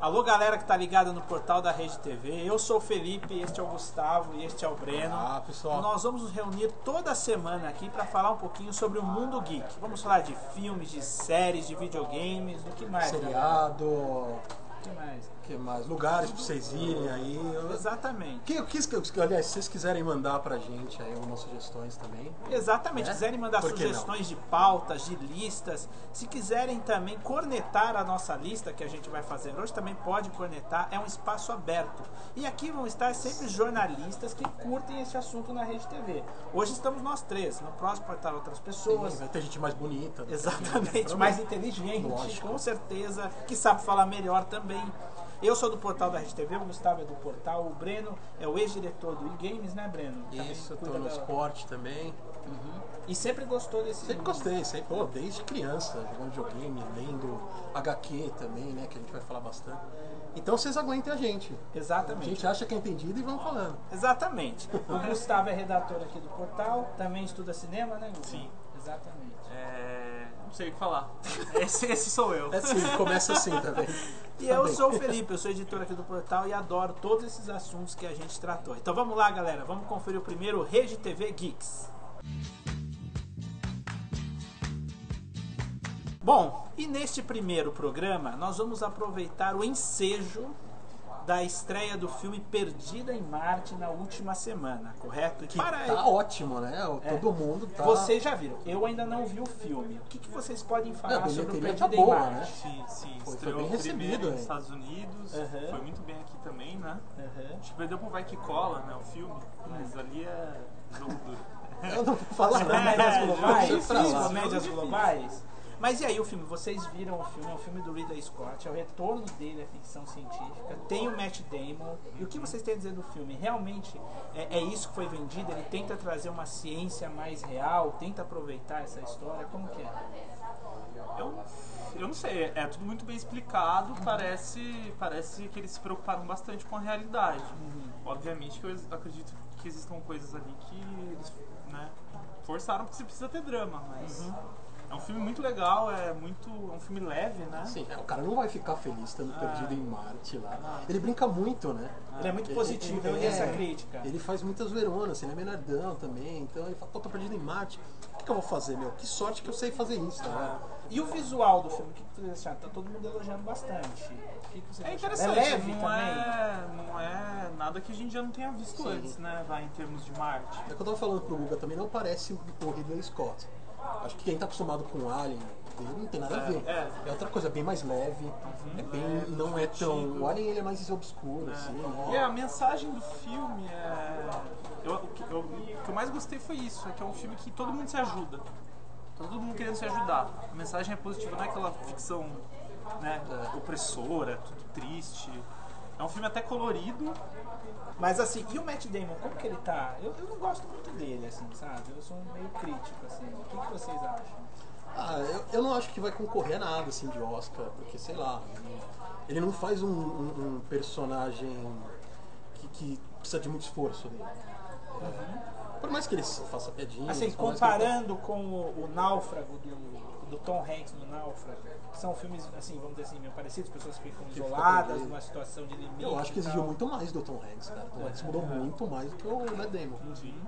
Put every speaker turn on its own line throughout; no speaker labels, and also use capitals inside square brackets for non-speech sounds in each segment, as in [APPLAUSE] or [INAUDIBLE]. Alô, galera que tá ligada no portal da Rede TV. Eu sou o Felipe, este é o Gustavo e este é o Breno.
Ah, pessoal.
Nós vamos nos reunir toda semana aqui para falar um pouquinho sobre o mundo geek. Vamos falar de filmes, de séries, de videogames, do que mais? galera?
Seriado,
Do que mais?
que mais? Lugares pra vocês irem aí. Eu-
Exatamente.
Que, que, que, aliás, se vocês quiserem mandar pra gente aí algumas sugestões também.
Exatamente,
Né?
quiserem mandar
Por que não?
sugestões de pautas, de listas, se quiserem também cornetar a nossa lista que a gente vai fazer hoje, também pode cornetar, é um espaço aberto. E aqui vão estar sempre jornalistas que curtem esse assunto na Rede TV. Hoje estamos nós três, no próximo vai estar outras pessoas.
Sim, vai ter gente mais bonita. né? [LAUGHS]
Exatamente, mais inteligente,
Lógico.
com certeza, que sabe falar melhor também. Eu sou do portal da Rede TV, o Gustavo é do portal, o Breno é o ex-diretor do eGames, né, Breno? Também
Isso, tô
cuida
no
da-
esporte também.
E sempre gostou desse
Sempre gostei, sempre, pô, desde criança, jogando videogame, lendo HQ também, né? Que a gente vai falar bastante. Então vocês aguentem a gente. A
Exatamente.
gente acha que é entendido e vamos falando.
Exatamente. O Gustavo é redator aqui do portal, também estuda cinema, né, Gustavo?
Sim.
Exatamente.
É, não sei o que falar. Esse, esse sou eu.
É assim, começa assim também.
E eu sou o Felipe, eu sou editor aqui do portal e adoro todos esses assuntos que a gente tratou. Então vamos lá, galera, vamos conferir o primeiro Rede TV Geeks. Bom, e neste primeiro programa nós vamos aproveitar o ensejo da estreia do filme Perdida em Marte na última semana, correto? E
Que tá ótimo, né?
É.
Todo mundo tá.
Vocês já viram. Eu ainda não vi o filme. O que, que vocês podem
Não, a
falar sobre o
bilheteria
Perdida
tá
em
boa,
Marte?
Sim, sim.
Foi- foi
estreou
bem recebido,
primeiro
hein?
nos Estados Unidos.
Aham.
Foi muito bem aqui também, né?
Aham.
Acho que perdeu pro Vai Que Cola, né? O filme.
Uhum.
Mas ali é jogo duro.
Eu não vou falar nada
Comédias
mais
globais,
né? deixa pra lá.
comédias
Difícil.
globais. Mas e aí o filme? Vocês viram o filme? É o filme do Ridley Scott, é o retorno dele à ficção científica. Tem o Matt Damon. E o que vocês têm a dizer do filme? Realmente é, é isso que foi vendido? Ele tenta trazer uma ciência mais real, tenta aproveitar essa história? Como que é?
Eu, eu não sei, é tudo muito bem explicado,
Uhum.
parece, parece que eles se preocuparam bastante com a realidade.
Uhum.
Obviamente que eu ex- acredito que existam coisas ali que eles né, forçaram porque você precisa ter drama, mas
Uhum.
é um filme muito legal, é muito. é um filme leve, né?
Sim, é, o cara não vai ficar feliz estando perdido em Marte lá. Ele brinca muito, né? é,
Ele é muito positivo, eu li essa crítica.
Ele faz muita zoeirona, assim, ele é menardão também. Então ele fala, pô, tô perdido em Marte. O que, que eu vou fazer, meu? Que sorte que eu sei fazer isso, né?
E o visual do filme? O que que vocês acharam? Tá todo mundo elogiando bastante. O que que vocês
É
acharam?
interessante,
É leve
não,
também?
É, não é nada que a gente já não tenha visto
Sim.
antes, né? Vai em termos de Marte.
É o que eu tava falando pro Guga também, não parece o Ridley Scott. Acho que quem tá acostumado com Alien, ele não tem nada a ver.
é.
É outra coisa, bem mais leve. É bem, não é tão... O Alien ele é mais obscuro, assim. né?
E é, a mensagem do filme é. eu- o, que, eu, o que eu mais gostei foi isso, é que é um filme que todo mundo se ajuda. Tá Todo mundo querendo se ajudar. A mensagem é positiva, não é aquela ficção né,
É.
opressora, tudo triste. É um filme até colorido.
Mas assim, e o Matt Damon, como que ele tá? Eu, eu não gosto muito dele, assim, sabe? Eu sou meio crítico, assim. O que, que vocês acham?
Ah, eu, eu não acho que vai concorrer a nada assim de Oscar, porque sei lá, ele- ele não faz um, um- um personagem que, que precisa de muito esforço dele.
Uhum.
É, Por mais que ele faça piadinha,
Assim, comparando com o, o Náufrago do, do Tom Hanks no Náufrago, que são filmes, assim, vamos dizer assim, meio parecidos, pessoas que ficam
ficam
isoladas,
perdidas.
numa situação de limite.
Tipo, eu acho que
e tal.
exigiu muito mais do Tom Hanks, cara. Tom Hanks mudou
Uhum.
muito mais do que o Matt Damon.
Sim.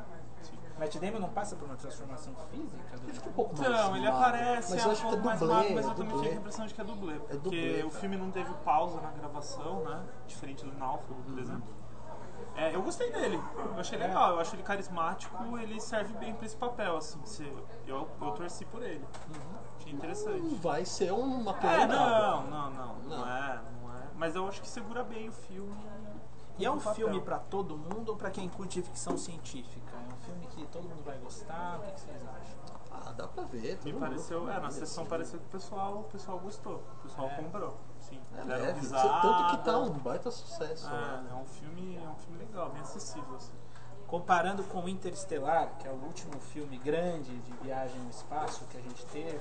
sim.
Matt Damon não passa por uma transformação física?
Ele fica
Do...
um pouco mais.
Então, ele
magro,
aparece,
mas
é
eu
um
acho que é
pouco mais
dublê,
magro, mas
é
eu também fiquei
dublê.
com a impressão de que é dublê. Porque
dublê,
o
cara.
filme não teve pausa na gravação, né? Diferente do Náufrago,
Uhum.
por exemplo. É, eu gostei dele, eu achei
É.
legal, eu acho ele carismático, ele serve bem pra esse papel, assim. se- eu, eu torci por ele.
Uhum.
Achei
Não
interessante.
vai ser um uma
É,
polêmica.
não, não, não, não,
Hum, Não.
é, não é. Mas eu acho que segura bem o filme.
E é um
no papel.
filme pra todo mundo ou pra quem curte ficção científica? É um filme que todo mundo vai gostar? O que, que vocês acham?
Ah, dá pra ver.
Me
todo
pareceu,
mundo
é, na
conhece.
sessão pareceu que o pessoal, o pessoal gostou, o pessoal comprou, sim.
É
Deram
leve, tá
risada.
um tanto que tá um baita sucesso. né?
Ah,
É, é um filme, é um filme legal, bem acessível. Assim.
comparando com Interestelar, que é o último filme grande de viagem no espaço que a gente teve,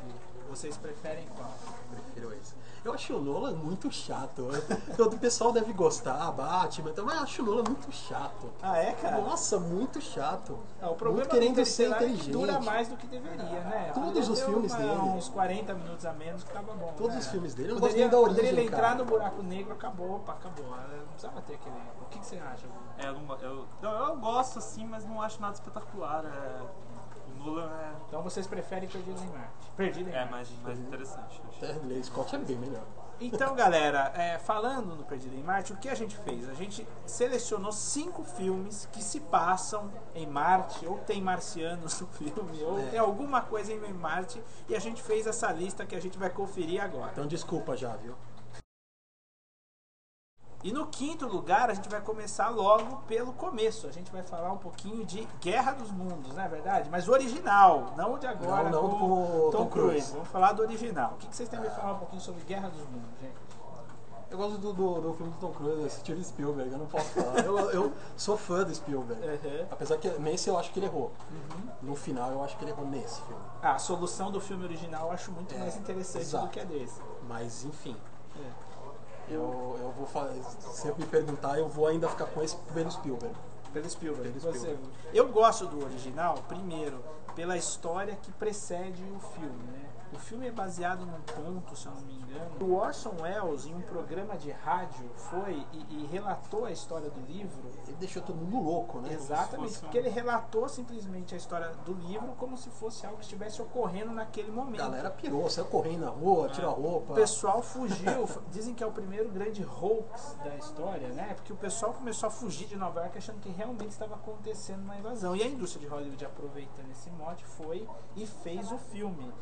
vocês preferem qual?
Prefiro esse. Eu acho o Nolan muito chato. [LAUGHS] Todo o pessoal deve gostar, Batman, então, mas eu acho o Nolan muito chato.
Ah, é, cara?
Nossa, muito chato.
Ah, o problema
muito querendo
do
ser
Interestelar é que
inteligente.
dura mais do que deveria, né?
Todos os
Deu
filmes
uma-
dele.
Uns 40 minutos a menos que tava bom.
Todos
né?
os filmes dele. Eu não gosto
Poderia,
nem da origem,
poderia ele entrar
cara.
no buraco negro, acabou, pá, acabou. Não precisava ter aquele. O que, que você acha? Bruno?
É, eu, não, go- eu, não, eu gosto assim, mas não acho nada espetacular. É, o Nolan é,
Então vocês preferem Perdidos em Marte. Perdido em
é
Marte.
mais, mais interessante. eu acho.
Ridley Scott é bem melhor.
Então, galera, é, falando no Perdido em Marte, o que a gente fez? A gente selecionou cinco filmes que se passam em Marte, ou tem marcianos no filme, ou
É.
tem alguma coisa em Marte, e a gente fez essa lista que a gente vai conferir agora.
Então desculpa já, viu?
E no quinto lugar, a gente vai começar logo pelo começo. A gente vai falar um pouquinho de Guerra dos Mundos, não é verdade? Mas o original, não o de agora
Não, não
com Tom
do Tom
Cruise.
Cruise.
Vamos falar do original. O que que vocês têm a falar um pouquinho sobre Guerra dos Mundos, gente?
Eu gosto do, do, do filme do Tom Cruise, Steven Spielberg, eu não posso falar. [LAUGHS] eu, eu sou fã do Spielberg.
Uhum.
Apesar que nesse eu acho que ele errou. No final eu acho que ele errou nesse filme.
A solução do filme original eu acho muito
É,
mais interessante
exato.
do que a desse.
Mas enfim,
É.
eu, eu vou fazer. Se eu me perguntar, eu vou ainda ficar com esse pelo Spielberg.
Pelo Spielberg.
Pelo
Você-
Spielberg.
eu gosto do original, primeiro, pela história que precede o filme, né? O filme é baseado num conto, se eu não me engano. O Orson Welles, em um programa de rádio, foi e, e relatou a história do livro.
Ele deixou todo mundo louco, né?
Exatamente,
fosse um-
porque ele relatou simplesmente a história do livro como se fosse algo que estivesse ocorrendo naquele
A
momento.
galera pirou, saiu correndo na rua, tirou a roupa.
O pessoal fugiu, dizem que é o primeiro grande hoax da história, né? Porque o pessoal começou a fugir de Nova York achando que realmente estava acontecendo uma invasão. E a indústria de Hollywood, aproveitando esse mote, foi e fez o filme.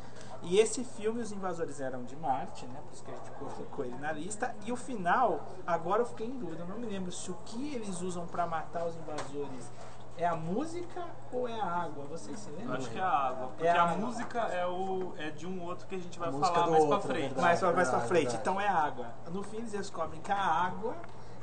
E esse filme, os invasores eram de Marte, né? Por isso que a gente colocou ele na lista. E o final, agora eu fiquei em dúvida, eu não me lembro se o que eles usam para matar os invasores é a música ou é a água. Vocês se
Eu
lembram?
acho que é a água, porque
É a
a,
água.
música é, o, é de um outro que a gente vai
Música
falar
do
mais pra
outro, é
frente.
verdade.
mais, pra- mais pra
verdade,
frente.
verdade.
Então é água. No fim eles descobrem que a água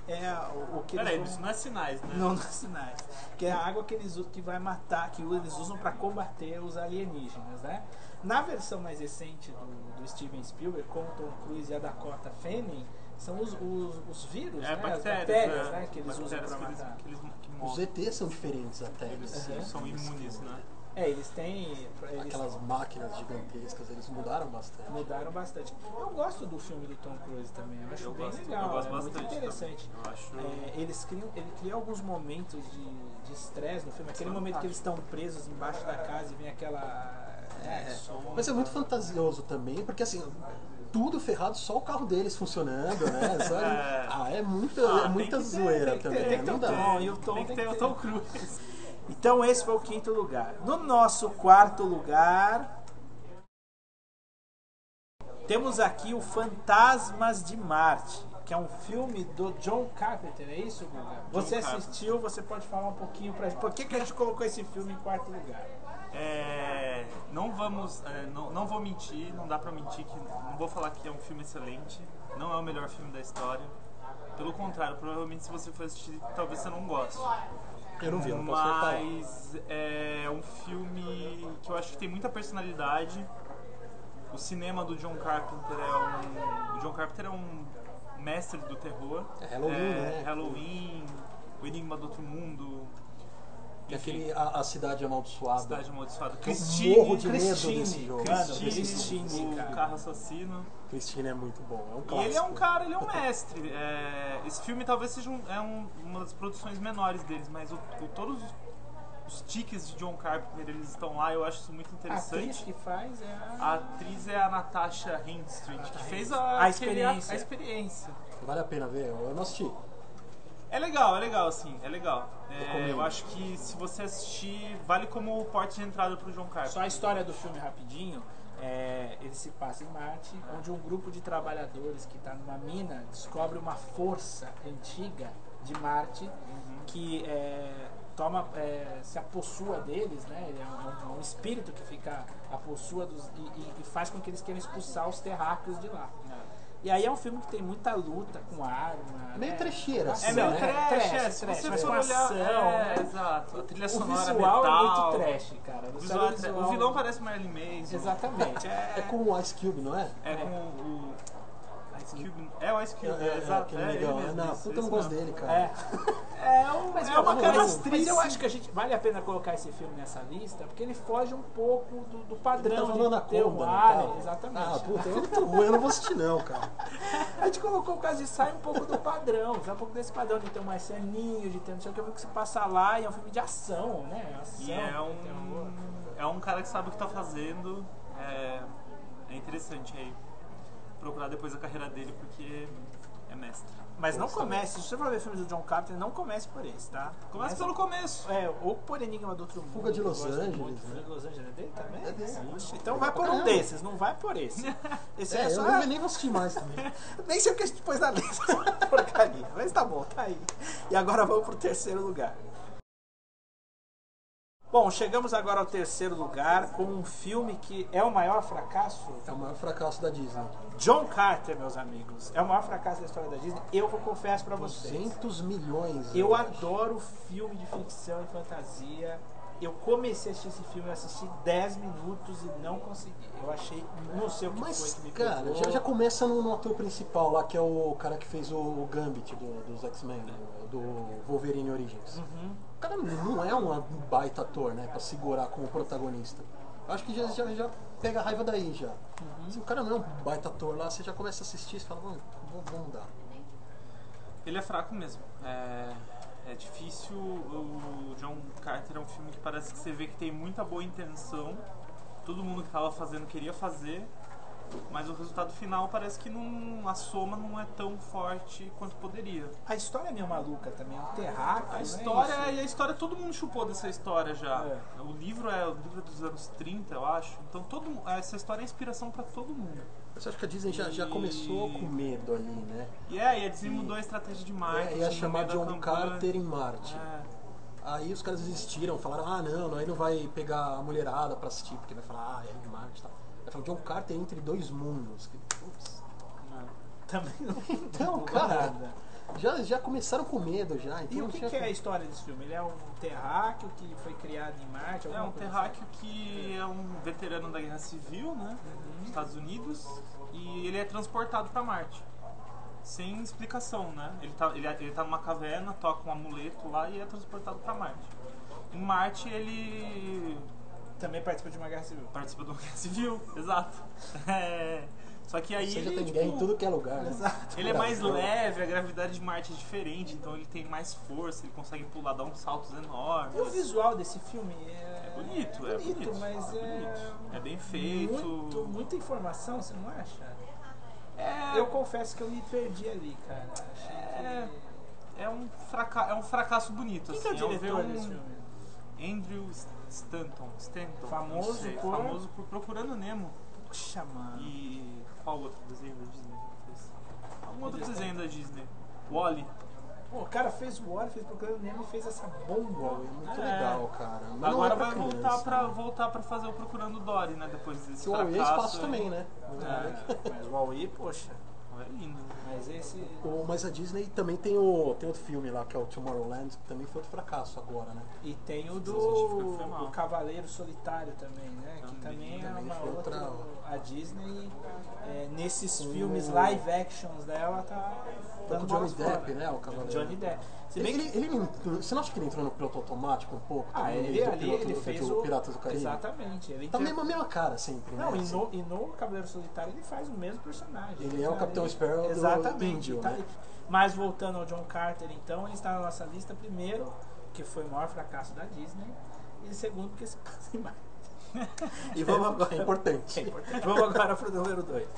é o, o que eles
Peraí,
vão-
isso não é sinais, né?
não nos sinais. Que é a água que eles usam, que vai matar, que eles usam para combater os alienígenas, né? Na versão mais recente do, do Steven Spielberg, com o Tom Cruise e a Dakota Fanning, são os, os, os vírus, né?
É bactérias,
As bactérias,
né?
né? Que eles usam
Bactérias
para
que eles-
matar.
que eles que
Os
morrem.
ETs são diferentes até.
Eles
né?
são imunes, né?
É, eles têm. Eles
Aquelas máquinas gigantescas, eles mudaram bastante.
mudaram bastante. Eu gosto do filme do Tom Cruise também, eu acho
Eu
bem
gosto,
legal,
eu gosto
é
bastante.
muito
também.
interessante.
Eu acho.
É, eles criam, ele cria alguns momentos de de estresse no filme. Aquele momento que eles estão presos embaixo da casa e vem aquela. É,
som.
Mas é muito fantasioso também, porque assim, tudo ferrado, só o carro deles funcionando, [LAUGHS] né? Só-
É.
Ah, é muita,
Ah,
é
tem
muita
que ter,
zoeira
tem que ter,
também. né?
tem que ter
não
um
dá.
tom. e o Tom
tem
tem
que ter
que
o
ter.
Tom Cruise.
Então esse foi o quinto lugar. No nosso quarto lugar. Temos aqui o Fantasmas de Marte, que é um filme do John Carpenter, é isso, Guga? Você
Carpenter.
assistiu, você pode falar um pouquinho pra gente. Por que, que a gente colocou esse filme em quarto lugar?
É, não vamos, é, não, não vou mentir, não dá pra mentir que não vou falar que é um filme excelente. Não é o melhor filme da história. Pelo contrário, provavelmente se você for assistir, talvez você não goste.
Eu não vi, eu não posso falar.
Mas é um filme que eu acho que tem muita personalidade. O cinema do John Carpenter é um. O John Carpenter é um mestre do terror.
É Halloween, né?
Halloween, O Enigma do Outro Mundo.
E
enfim,
É aquele a, a cidade amaldiçoada.
Cidade Amaldiçoada.
morro de
Christine,
medo desse jogo.
Cara,
Christine,
Christine,
o
cara.
carro assassino.
Cristina é muito bom, é um
E
clássico.
ele é um cara, ele é um mestre. É, esse filme talvez seja um- é um- uma das produções menores deles, mas o, o- todos os, os tiques de John Carpenter eles estão lá, eu acho isso muito
A atriz
interessante.
que faz é a.
A atriz é a Natasha Hindstreet, que
Natasha
fez
Hindstreet.
a,
A
aquele-
Experiência.
a experiência.
Vale a pena ver, eu não assisti.
É legal, é legal, assim, é legal. É,
Recomendo.
eu acho que se você assistir, vale como porte de entrada pro John Carpenter.
Só a história do filme rapidinho. É, ele se passa em Marte, onde um grupo de trabalhadores que está numa mina descobre uma força antiga de Marte
Uhum.
que é, toma, é, se apossua deles, né? Ele é um, é um espírito que fica apossua dos, e, e- e faz com que eles queiram expulsar os terráqueos de lá. E aí é um filme que tem muita luta com arma.
É Meio
né?
trecheira, assim,
É meu
né?
trash,
Trash,
é, se
trash,
você
mas
for
com
olhar.
ação.
É, exato. A trilha
O
sonora
visual é
metal.
muito trash, cara.
O,
O
visual é tra-
visual-
o vilão parece Marilyn Manson.
Exatamente.
É,
É com o Ice Cube, não é?
é com o Ice Cube. É o Ice Cube,
É, é,
é, exato.
aquele
É, ele
negão.
mesmo.
Não,
isso,
puta, eu
isso
não gosto
mesmo.
dele, cara.
É.
É, um,
Mas,
é uma
mas-
canastrice.
mas eu acho que a gente vale a pena colocar esse filme nessa lista, porque ele foge um pouco do, do padrão
tá
de
falando
ter
Anaconda,
um
não
alien,
tá?
exatamente.
Ah, puta, é muito ruim, eu não vou assistir não, cara.
A gente colocou o caso de sai um pouco do padrão, sai um pouco desse padrão de ter um marcianinho, de ter não sei o que, que se passa lá e é um filme de ação, né? Ação,
E é
terror.
um, é um cara que sabe o que tá fazendo. É, é interessante aí procurar depois a carreira dele, porque é mestre.
Mas não comece, se você for ver filmes do John Carpenter, não comece por esse, tá?
Começa pelo começo.
É, ou por Enigma do Outro Mundo.
Fuga de
que eu
Los
gosto
Angeles,
muito.
né?
Fuga de Los Angeles é dele também?
É dele.
Ixi, então
É
vai
pra
por um
caramba.
desses, não vai por
[LAUGHS]
esse. Esse é,
É,
só... [LAUGHS]
eu nem- nem vou assistir mais também.
Nem sei o que a gente pôs na lista. [LAUGHS] Porcaria. Mas tá bom, tá aí. E agora vamos pro terceiro lugar. Bom, chegamos agora ao terceiro lugar com um filme que é o maior fracasso.
É o maior fracasso da Disney.
John Carter, meus amigos. É o maior fracasso da história da Disney. Eu vou confesso pra vocês.
200 milhões.
Eu
acho.
adoro filme de ficção e fantasia. Eu comecei a assistir esse filme, eu assisti 10 minutos e não consegui. Eu achei, não sei o que
Mas,
foi que me
cara,
pegou.
já, já começa no, no ator principal lá, que é o cara que fez o, o Gambit do- dos X-Men, né? do Wolverine Origins.
Uhum.
O cara não é um baita ator, né? Pra segurar como protagonista. Eu acho que já, já, já pega a raiva daí já.
Uhum.
Se o cara não é um baita ator lá, você já começa a assistir e você fala, "Mano, vou, vou mudar.
Ele é fraco mesmo. É, é difícil. O John Carter é um filme que parece que você vê que tem muita boa intenção. Todo mundo que tava fazendo queria fazer. Mas o resultado final parece que não, a soma não é tão forte quanto poderia.
A história é meio maluca também, é um terráqueo.
A
Então
né?
história, é,
Isso.
e a história todo mundo chupou dessa história já.
É.
O livro é o livro dos anos 30, eu acho. Então todo mu- essa história é inspiração pra todo mundo.
Mas eu acho que a Disney já, já começou
E-
com medo ali, né?
E é, e a Disney mudou a estratégia de
É,
marketing.
ia
no
chamar
meio da
John
campanha.
Carter em Marte.
É.
Aí os caras desistiram, falaram, ah não, aí não vai pegar a mulherada pra assistir, porque vai falar, ah, é Marte e tal. Vai falar, John Carter é entre dois mundos. Que,
[LAUGHS]
putz.
Também não.
Então,
não
é cara,
nada.
já, já começaram com medo já. Então
E o
não
que,
tinha
que é a
como.
história desse filme? Ele é um terráqueo que foi criado em Marte?
É
alguma
um
coisa
terráqueo que é um veterano da Guerra Civil, né? Dos Estados Unidos. E ele é transportado pra Marte. Sem explicação, né? Ele tá, ele, ele tá numa caverna, toca um amuleto lá e é transportado pra Marte. Em Marte ele
assim? Também participou de uma guerra civil. [LAUGHS]
participa de uma guerra civil, [LAUGHS] exato. É, Só que aí
Você
ele,
já tem
tipo,
guerra em tudo que é lugar. Né?
Exato.
ele é mais
Não.
leve, a gravidade de Marte é diferente, então ele tem mais força, ele consegue pular, dar uns saltos enormes.
E o visual desse filme é,
É bonito, é bonito,
mas
é
é,
bonito. É bem feito.
muito- muita informação, você não acha?
É,
Eu confesso que eu me perdi ali, cara. Achei
É.
que...
é, um fraca é um fracasso bonito.
Quem que é
assim,
o diretor
é um-
desse filme?
Andrew Stanton. Stanton
Famoso
não sei,
por-
famoso por Procurando Nemo.
Puxa, mano.
E qual outro desenho da Disney? que ele fez? Algum outro
Ele- é
desenho da Disney. Wally.
Pô, o cara fez o War, fez Procurando Nemo e fez essa
Pô, é
bomba.
muito
É.
legal, cara. Mas não
Agora
é pra
vai
criança,
voltar pra,
né?
voltar pra fazer o Procurando Dory, né? Depois desse
Se o Huawei é
fracasso,
espaço
aí.
também, né?
É, mas o Huawei, poxa.
É lindo.
Mas esse.
O- Mas a Disney também tem, o, tem outro filme lá, que é o Tomorrowland, que também foi outro fracasso agora, né?
E tem o
Esse
do
foi mal.
o Cavaleiro Solitário também, né? Que também,
Também,
é
também
uma
foi
outra.
outra-
A Disney, é, nesses
Com-
filmes live actions dela, tá.
Tá
dando
com o Johnny
bolas fora.
Depp, né? O Cavaleiro.
Johnny Depp. Se
Ele, é
bem que.
ele, ele não entrou- você não acha que ele entrou no piloto automático um pouco?
Ah,
também,
ele
do
ali,
piloto
ele
do-
fez
do
o.
Piratas do Caribe?
Exatamente. Ele
Tá
inter-
mesmo a mesma cara sempre,
Não,
né?
e
assim.
no, e no Cavaleiro Solitário ele faz o mesmo personagem.
Ele é o Capitão Sparrow do
Exatamente.
índio,
tá
né?
ali. Mas voltando ao John Carter, então, ele está na nossa lista, primeiro, que foi o maior fracasso da Disney, e segundo, porque [LAUGHS] se passa em Marte.
E
vamos
vamos
agora-
agora. É importante.
É importante. Vamos agora pro número 2.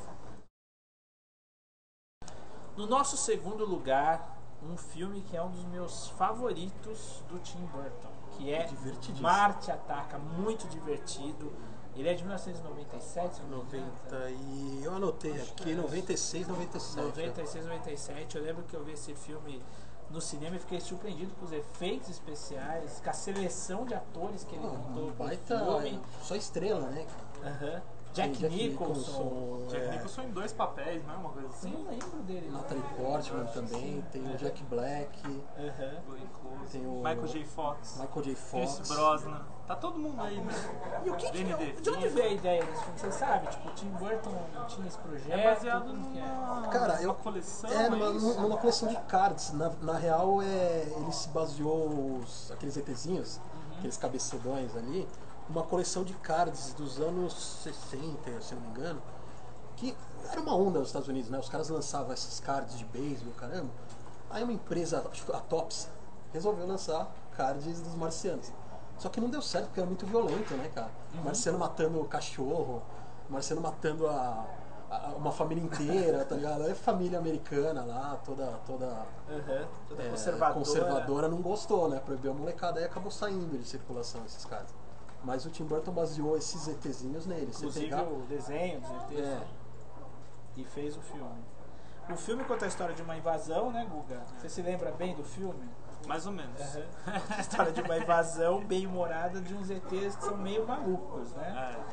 No nosso segundo lugar, um filme que é um dos meus favoritos do Tim Burton, que é
Divertidíssimo.
Marte Ataca, muito divertido. Ele é de 1997, se eu não me engano.
90 e eu anotei
é.
aqui 96, 97.
96, 97. Eu lembro que eu vi esse filme no cinema e fiquei surpreendido com os efeitos especiais, com a seleção de atores que ele
Não,
montou pro
Ah, baita,
filme.
só estrela, né?
Aham. Jack,
Jack
Nicholson.
Jack
é,
Nicholson em dois papéis, não é uma coisa
Sim,
assim?
eu lembro dele. não.
Natalie Portman também, tem o Jack Black,
Aham.
Glenn Close,
Tem o-
Michael J. Fox,
Michael J.
Pierce
Fox.
Brosnan. Tá todo mundo aí, né?
E o que que,
Danny
de onde
DeVito.
veio a ideia desse filme? Vocês sabem? Tipo, o Tim Burton tinha esse projeto.
É baseado
como que é?
numa,
Cara,
numa
eu-
coleção,
É,
é
numa,
isso?
numa coleção de cards. Na, na real, é, ele se baseou, os, aqueles ETzinhos,
Uhum.
aqueles cabecedões ali, uma coleção de cards dos anos 60, se eu não me engano, que era uma onda nos Estados Unidos, né? Os caras lançavam esses cards de beisebol, caramba. Aí uma empresa, acho que a Topps, resolveu lançar cards dos marcianos. Só que não deu certo, porque era muito violento, né, cara?
Uhum.
Marciano matando o cachorro, marciano matando a, a- uma família inteira, tá ligado? Aí a família americana lá, toda, toda
Aham. Toda
é,
conservadora.
conservadora não gostou, né? Proibiu a molecada e acabou saindo de circulação esses caras. Mas o Tim Burton baseou esses ETzinhos neles. Você
Inclusive
pegar.
o desenho dos ETs.
É,
E fez o filme. O filme conta a história de uma invasão, né, Guga? Você se lembra bem do filme?
Mais ou menos.
A [LAUGHS] história de uma invasão bem humorada de uns ETs que são meio malucos, né?
É.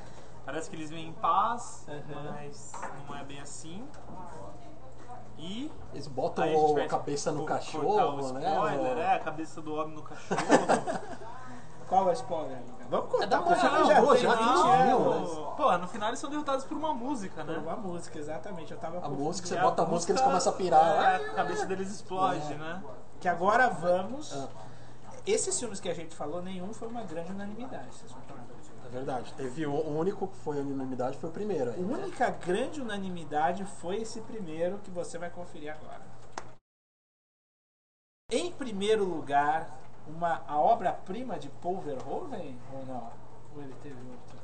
Parece que eles vêm em paz,
Aham.
mas não é bem assim. E
eles
aí a gente
botam
vai
a cabeça no
co- cortar o
cachorro, né?
spoiler,
no-
é, a cabeça do homem
[LAUGHS]
no cachorro.
Qual é o spoiler, Guga? Vamos
É da
contar
moral,
porque já
boa,
tem
já que
20
tinha,
um
anos.
mas-
Pô, é, no final eles são derrotados por uma música,
Por
né?
uma música, exatamente. Eu tava
A
confundindo.
música, você
E
bota a música, eles começam a pirar.
É, a cabeça deles explode,
É.
né?
Que agora vamos.
Ah.
Esses filmes que a gente falou, nenhum foi uma grande unanimidade. Vocês vão falar.
É verdade. Teve o o único que foi unanimidade foi o primeiro.
A
Aí.
única grande unanimidade foi esse primeiro que você vai conferir agora. Em primeiro lugar, uma, a obra-prima de Paul Verhoeven? Ou não? Ou ele teve outras?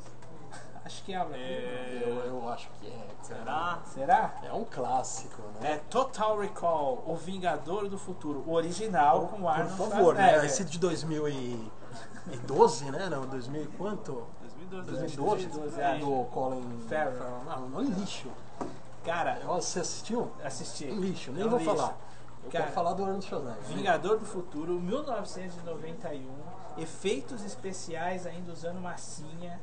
[LAUGHS] Acho que é a obra-prima.
É,
Eu, eu acho que é. cara.
será?
Será?
É um clássico, né?
É Total Recall, O Vingador do Futuro, o original com
Por
Arnold
favor, né?
Schwarzenegger.
Esse de 2012, né? Não, 2000 e quanto?
2012.
2012,
2012,
é,
é.
do Colin
Farrell.
Ah, um lixo.
É, Cara, eu
Ó, Você assistiu?
assisti.
Um lixo,
É
nem
um
vou
lixo.
falar. Eu
Cara,
quero falar do Arnold Schwarzenegger.
Vingador do Futuro, 1991, efeitos especiais ainda usando massinha,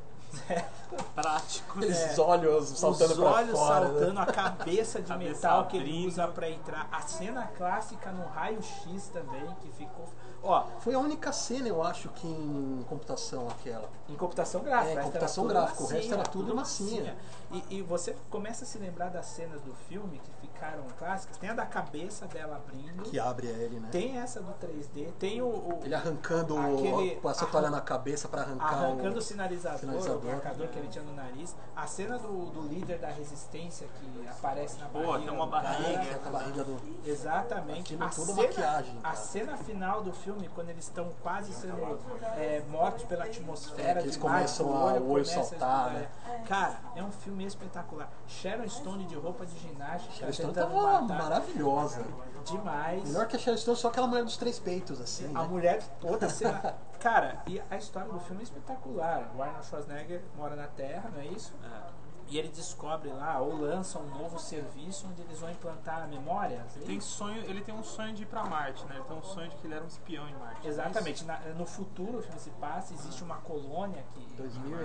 certo?
Prático.
Aqueles olhos saltando
é. Os
pra
olhos
fora. né?
saltando, a cabeça
[LAUGHS]
de
Cabeça
metal que ele
abrindo.
usa pra entrar, a cena clássica no raio-x também, que ficou. Ó,
Foi a única cena, eu acho, que em computação aquela.
em computação gráfica.
É,
o resto
computação
era tudo
gráfica, o resto
massinha,
era tudo massinha.
E, e você começa a se lembrar das cenas do filme que ficaram clássicas. Tem a da cabeça dela abrindo,
Que abre ele, né?
tem essa do 3D, tem o- o,
Ele arrancando
Aquele-
o, com essa toalha na cabeça pra arrancar
Arrancando o
o...
sinalizador,
sinalizador. né?
o marcador que ele tinha no nariz. A cena do, do líder da resistência que aparece na barriga.
Pô, tem uma
do cara.
barriga.
Caraca, a barriga do...
Exatamente.
Aquilo
A
tudo é
cena,
maquiagem,
a
cara.
cena final do filme, quando eles estão quase sendo é, mortos pela atmosfera.
É, que eles
demais,
começam
o
a- o olho né?
começa a
saltar,
esbugalhar. Cara, é um filme espetacular. Sharon Stone de roupa de ginástica.
A história
tentando
tava
matar.
maravilhosa.
Demais.
Melhor que a Sharon Stone, só aquela mulher dos três peitos, assim.
A
né?
mulher
[LAUGHS]
toda será. Cara, e a história do filme é espetacular. O Arnold Schwarzenegger mora na Terra, não é isso?
É.
E ele descobre lá, ou lança um novo serviço onde eles vão implantar é memórias.
Tem sonho, ele tem um sonho de ir pra Marte, né? Ele tem um sonho de que ele era um espião em Marte.
Exatamente. Na- no futuro, o filme se passa, existe uma colônia que.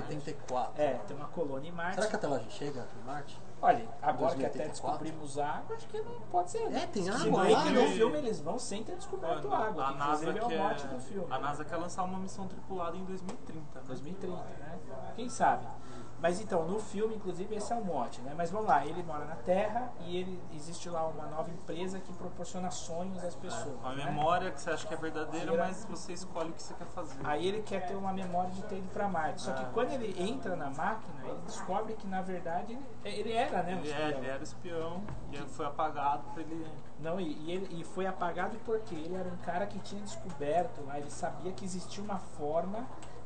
2084.
É, tem uma colônia em Marte.
Será que até lá a gente chega em Marte?
Olha, agora que até
2084?
descobrimos água, acho que não pode ser. né?
É, tem
Se
água
não
lá,
entra no
ele-
né?
filme, eles vão sem ter descoberto
Mano,
água.
a
que
NASA
inclusive é o
quer,
mote do filme.
A
né?
NASA quer lançar uma missão tripulada em 2030. né?
2030, né? Quem sabe? Mas então, no filme, inclusive, esse é o mote, né? Mas vamos lá, ele mora na Terra e ele existe lá uma nova empresa que proporciona sonhos às pessoas.
Uma
né?
É, memória que você acha que é verdadeira,
Vira-
mas você escolhe o que você quer fazer.
Aí ele quer ter uma memória de ter ido pra Marte. Só que quando ele entra na máquina, ele descobre que na verdade ele, ele era, né? um
Ele, é,
espião.
ele era espião e aí foi apagado pra ele.
Não, e, e ele, e foi apagado porque ele era um cara que tinha descoberto lá, ele sabia que existia uma forma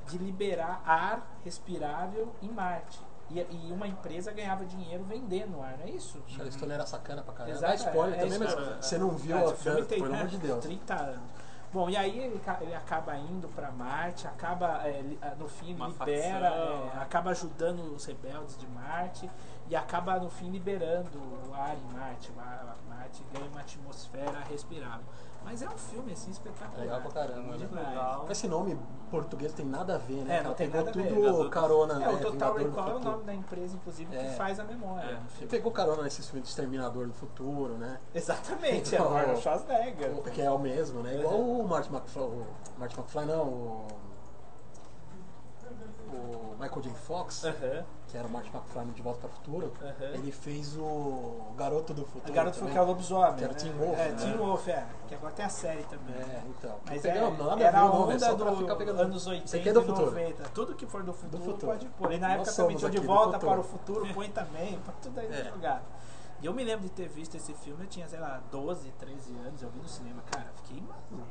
de liberar ar respirável em Marte. E, e uma empresa ganhava dinheiro vendendo ar, não é isso?
Sharon Stone era sacana pra caramba.
Exato,
Exato,
é,
spoiler
é
também, mas
spoiler,
você não viu
Mas
a
o filme
filme,
tem,
pelo
né,
amor de Deus.
30 anos. Bom, e aí ele, ca- ele acaba indo pra Marte, acaba é, li- ah, no fim
Uma
libera,
facção.
é, acaba ajudando os rebeldes de Marte. e acaba no fim liberando o ar em Marte, Ma- Marte ganha uma atmosfera respirável. Mas é um filme assim espetacular.
Legal pra caramba, né?
Demais.
Legal.
Esse nome português tem nada a ver, né?
É,
cara?
não tem
pegou
nada a ver.
tudo
Vingador do-
carona,
É,
né?
o Total
Vingador do
Recall é o
Futuro.
nome da empresa, inclusive,
É.
que faz a memória.
É.
Ele pegou carona nesse filme de Exterminador do Futuro, né?
[LAUGHS] Exatamente, é o
[LAUGHS] Então,
Arnold Schwarzenegger.
Que é o mesmo, né? Igual o Marty McFly, o Marty McFly não, o, o Michael J. Fox,
Aham.
que era o Marty McFly no De Volta para o Futuro,
Aham.
ele fez o Garoto do Futuro.
O garoto foi
também.
que é o lobisomem.
Que era
né?
Teen Wolf,
É,
né?
Teen Wolf, é. Que agora tem a série também.
É, então. que
Mas é,
pegava nada
era
a
a
ver o nome, é
onda
só pra
dos
ficar pegando.
anos
Isso
80
aqui é do
e
futuro.
90. Tudo que for do futuro,
futuro.
pode pôr. E na
Nós
época
somos
também tinha
aqui
de
do
volta
futuro.
para o futuro,
[LAUGHS]
põe também, põe tudo aí
É.
no lugar. E eu me lembro de ter visto esse filme, eu tinha, sei lá, 12, 13 anos, eu vi no cinema. Cara, eu fiquei maluco,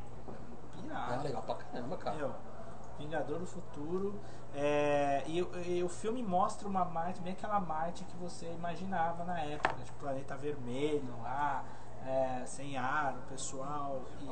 pirado.
Ah, legal pra caramba, cara.
Meu, Vingador do Futuro. é, e, o- e o filme mostra uma Marte, bem aquela Marte que você imaginava na época, tipo planeta vermelho lá, é, sem ar, o pessoal. E,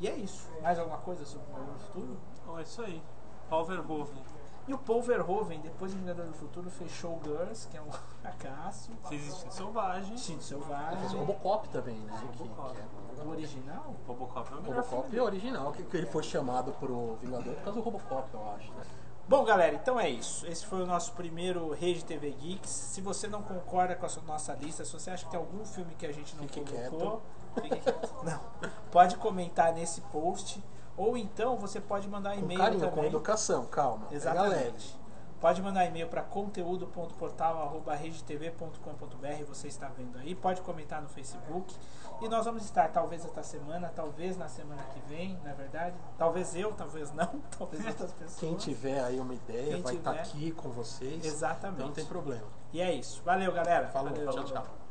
e é isso. Mais alguma coisa sobre o Vingador do Futuro?
Ó, é isso aí. Paul Verhoeven.
E o Paul Verhoeven, depois de Vingador do Futuro, fez Showgirls, que é um [LAUGHS] fracasso.
Fez Instinto Selvagem.
Instinto
Ele fez um o
Selvagem.
Robocop também, né? Que-
Robocop.
que é-
O original?
Robocop é o melhor
Robocop é original, que, que ele foi chamado pro Vingador por causa do Robocop, eu acho. né?
Bom, galera, então é isso. Esse foi o nosso primeiro Rede TV Geeks. Se você não concorda com a sua- nossa lista, se você acha que tem algum filme que a gente não
Fique
colocou, fique quieto. [LAUGHS] Não. Pode comentar nesse post. Ou então você pode mandar um
Com
e-mail
carinho, com
também.
educação, calma. Pega leve.
Exatamente. Pode mandar e-mail para conteúdo.portal.redetv.com.br, você está vendo aí. Pode comentar no Facebook. E nós vamos estar, talvez esta semana, talvez na semana que vem, na verdade. Talvez eu, talvez não, [LAUGHS] talvez outras pessoas.
Quem tiver aí uma ideia
Quem
vai estar
tiver.
aqui com vocês.
Exatamente.
Não Então tem problema.
E é isso. Valeu, galera.
Falou,
Valeu.
tchau, tchau.